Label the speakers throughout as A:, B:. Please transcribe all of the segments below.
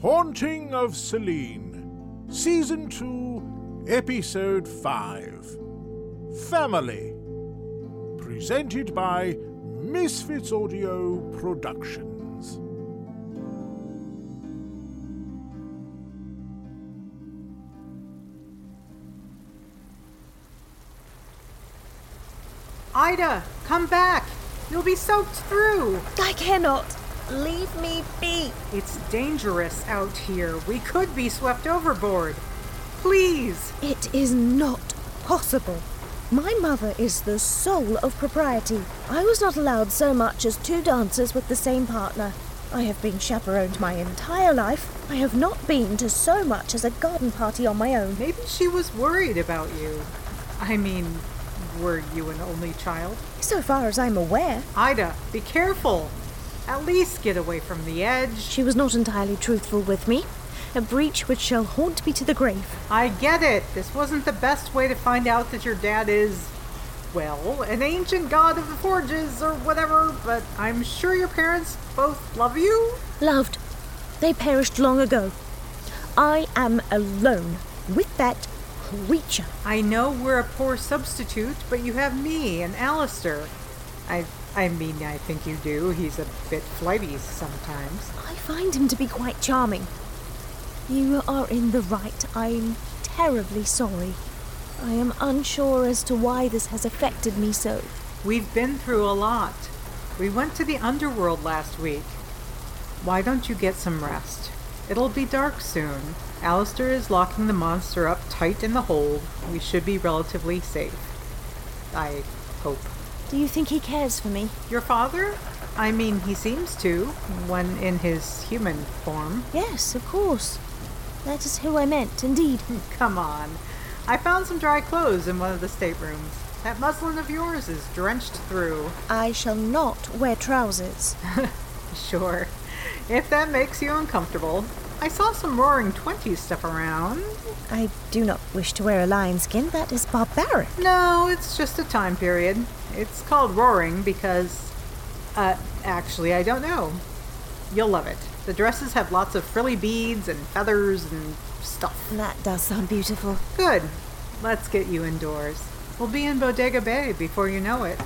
A: Haunting of Celine, Season 2, Episode 5 Family. Presented by Misfits Audio Productions.
B: Ida, come back! You'll be soaked through!
C: I cannot. Leave me be.
B: It's dangerous out here. We could be swept overboard. Please!
C: It is not possible. My mother is the soul of propriety. I was not allowed so much as two dances with the same partner. I have been chaperoned my entire life. I have not been to so much as a garden party on my own.
B: Maybe she was worried about you. I mean, were you an only child?
C: So far as I'm aware,
B: Ida, be careful! At least get away from the edge.
C: she was not entirely truthful with me. A breach which shall haunt me to the grave.
B: I get it. This wasn't the best way to find out that your dad is, well, an ancient god of the forges or whatever, but I'm sure your parents both love you.
C: Loved. They perished long ago. I am alone with that creature.
B: I know we're a poor substitute, but you have me and Alistair. I I mean I think you do. He's a bit flighty sometimes.
C: I find him to be quite charming. You are in the right. I'm terribly sorry. I am unsure as to why this has affected me so.
B: We've been through a lot. We went to the underworld last week. Why don't you get some rest? It'll be dark soon. Alistair is locking the monster up tight in the hold. We should be relatively safe. I hope.
C: Do you think he cares for me?
B: Your father? I mean, he seems to, when in his human form.
C: Yes, of course. That is who I meant, indeed.
B: Come on. I found some dry clothes in one of the staterooms. That muslin of yours is drenched through.
C: I shall not wear trousers.
B: Sure. If that makes you uncomfortable. I saw some roaring 20s stuff around.
C: I do not wish to wear a lion skin. That is barbaric.
B: No, it's just a time period. It's called roaring because. Uh, actually, I don't know. You'll love it. The dresses have lots of frilly beads and feathers and stuff.
C: That does sound beautiful.
B: Good. Let's get you indoors. We'll be in Bodega Bay before you know it.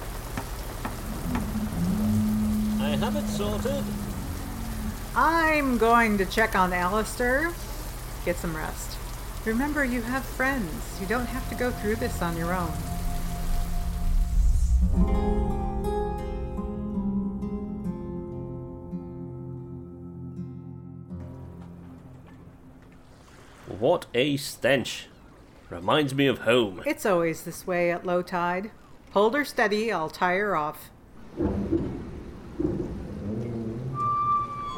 D: I have it sorted.
B: I'm going to check on Alistair. Get some rest. Remember, you have friends. You don't have to go through this on your own.
D: What a stench. Reminds me of home.
B: It's always this way at low tide. Hold her steady, I'll tie her off.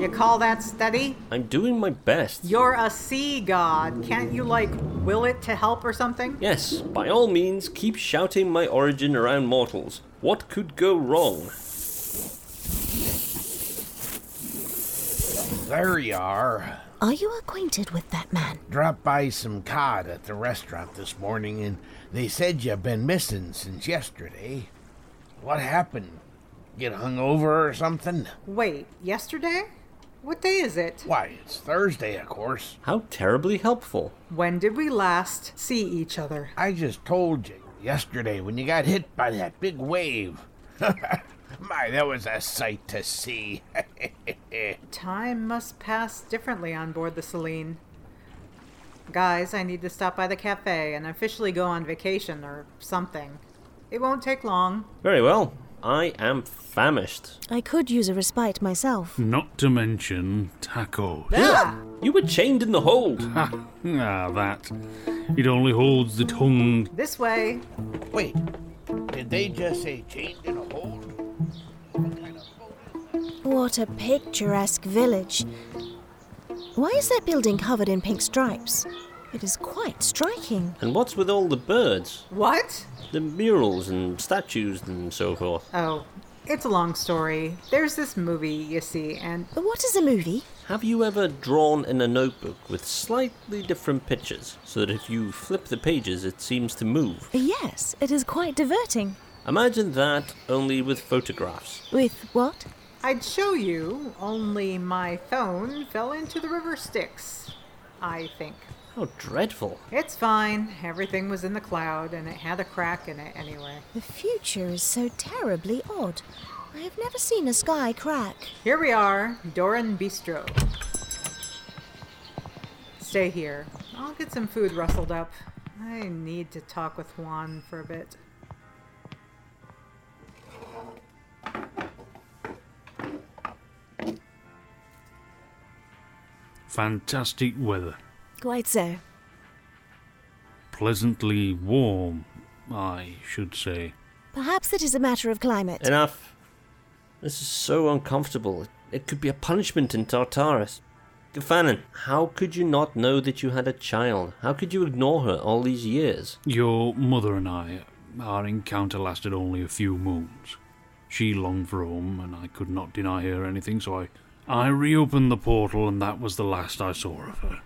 B: You call that steady?
D: I'm doing my best.
B: You're a sea god. Can't you, like, will it to help or something?
D: Yes, by all means, keep shouting my origin around mortals. What could go wrong?
E: There you are.
C: Are you acquainted with that man?
E: Dropped by some cod at the restaurant this morning, and they said you've been missing since yesterday. What happened? Get hung over or something?
B: Wait, yesterday? What day is it?
E: Why, it's Thursday, of course.
D: How terribly helpful.
B: When did we last see each other?
E: I just told you yesterday when you got hit by that big wave. My, that was a sight to see.
B: Time must pass differently on board the Celine. Guys, I need to stop by the cafe and officially go on vacation or something. It won't take long.
D: Very well. I am famished.
C: I could use a respite myself.
F: Not to mention tacos.
B: Ah!
D: You were chained in the hold.
F: Ah, that. It only holds the tongue.
B: This way.
E: Wait, did they just say chained in a hold?
C: What a picturesque village. Why is that building covered in pink stripes? It is quite striking.
D: And what's with all the birds?
B: What?
D: The murals and statues and so forth.
B: Oh, it's a long story. There's this movie, you see, and
C: But what is a movie?
D: Have you ever drawn in a notebook with slightly different pictures so that if you flip the pages it seems to move?
C: Uh, Yes, it is quite diverting.
D: Imagine that only with photographs.
C: With what?
B: I'd show you, only my phone fell into the river Styx, I think.
D: How dreadful.
B: It's fine. Everything was in the cloud, and it had a crack in it anyway.
C: The future is so terribly odd. I have never seen a sky crack.
B: Here we are, Doran Bistro. Stay here. I'll get some food rustled up. I need to talk with Juan for a bit.
F: Fantastic weather.
C: Quite so.
F: Pleasantly warm, I should say.
C: Perhaps it is a matter of climate.
D: Enough. This is so uncomfortable. It, it could be a punishment in Tartarus. Gafanin, how could you not know that you had a child? How could you ignore her all these years?
F: Your mother and I, our encounter lasted only a few moons. She longed for home, and I could not deny her anything, so I, I reopened the portal, and that was the last I saw of her.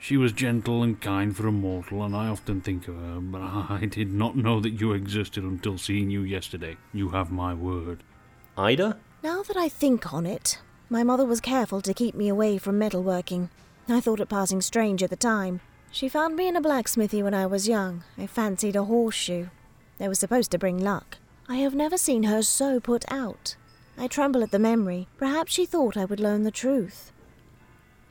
F: She was gentle and kind for a mortal, and I often think of her, but I did not know that you existed until seeing you yesterday. You have my word.
D: Ida?
C: Now that I think on it, my mother was careful to keep me away from metalworking. I thought it passing strange at the time. She found me in a blacksmithy when I was young. I fancied a horseshoe. They were supposed to bring luck. I have never seen her so put out. I tremble at the memory. Perhaps she thought I would learn the truth.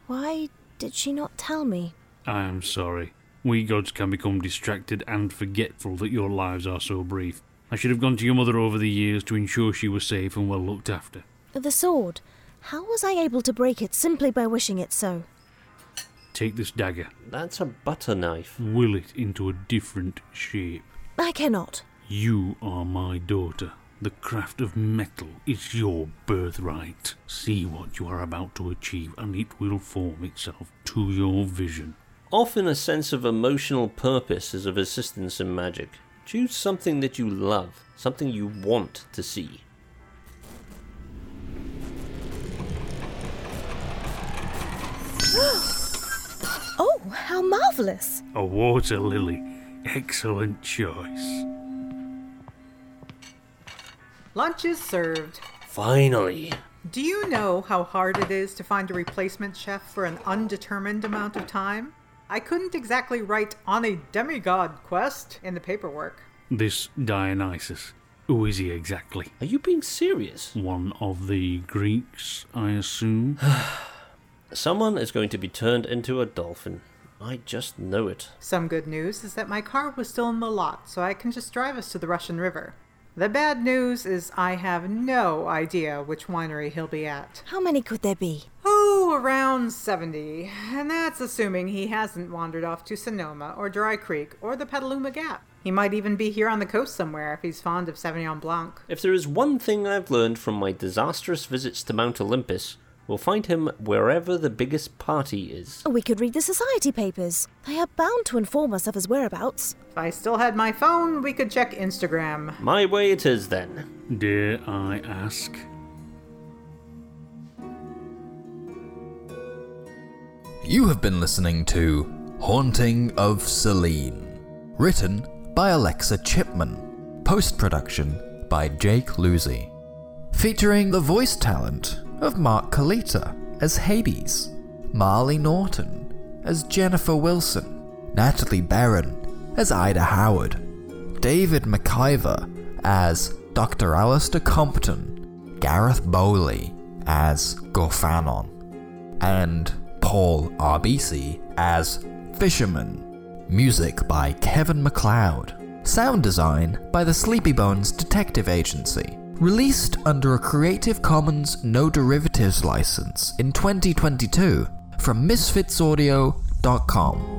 C: Why did she not tell me?
F: I am sorry. We gods can become distracted and forgetful that your lives are so brief. I should have gone to your mother over the years to ensure she was safe and well looked after.
C: The sword. How was I able to break it simply by wishing it so?
F: Take this dagger,
D: That's a butter knife.
F: will it into a different shape.
C: I cannot.
F: You are my daughter. The craft of metal is your birthright. See what you are about to achieve, and it will form itself to your vision.
D: Often a sense of emotional purpose is of assistance in magic. Choose something that you love, something you want to see.
C: Oh, how marvellous!
F: A water lily. Excellent choice.
B: Lunch is served.
D: Finally.
B: Do you know how hard it is to find a replacement chef for an undetermined amount of time? I couldn't exactly write on a demigod quest in the paperwork.
F: This Dionysus. Who is he exactly?
D: Are you being serious?
F: One of the Greeks, I assume?
D: Someone is going to be turned into a dolphin. I just know it.
B: Some good news is that my car was still in the lot, so I can just drive us to the Russian River. The bad news is I have no idea which winery he'll be at.
C: How many could there be?
B: Oh, around 70. And that's assuming he hasn't wandered off to Sonoma or Dry Creek or the Petaluma Gap. He might even be here on the coast somewhere if he's fond of Sauvignon Blanc.
D: If there is one thing I've learned from my disastrous visits to Mount Olympus, we'll find him wherever the biggest party is.
C: We could read the society papers. They are bound to inform us of his whereabouts.
B: If I still had my phone, we could check Instagram.
D: My way it is then.
F: Dare I ask?
G: You have been listening to Haunting of Celine, written by Alexa Chipman, post production by Jake Luzzi, featuring the voice talent of Mark Kalita as Hades, Marley Norton as Jennifer Wilson, Natalie Barron as Ida Howard, David McIver as Dr. Alistair Compton, Gareth Bowley as Gorfanon and Paul RBC as Fisherman. Music by Kevin McLeod. Sound design by the Sleepy Bones Detective Agency. Released under a Creative Commons No Derivatives license in 2022 from misfitsaudio.com.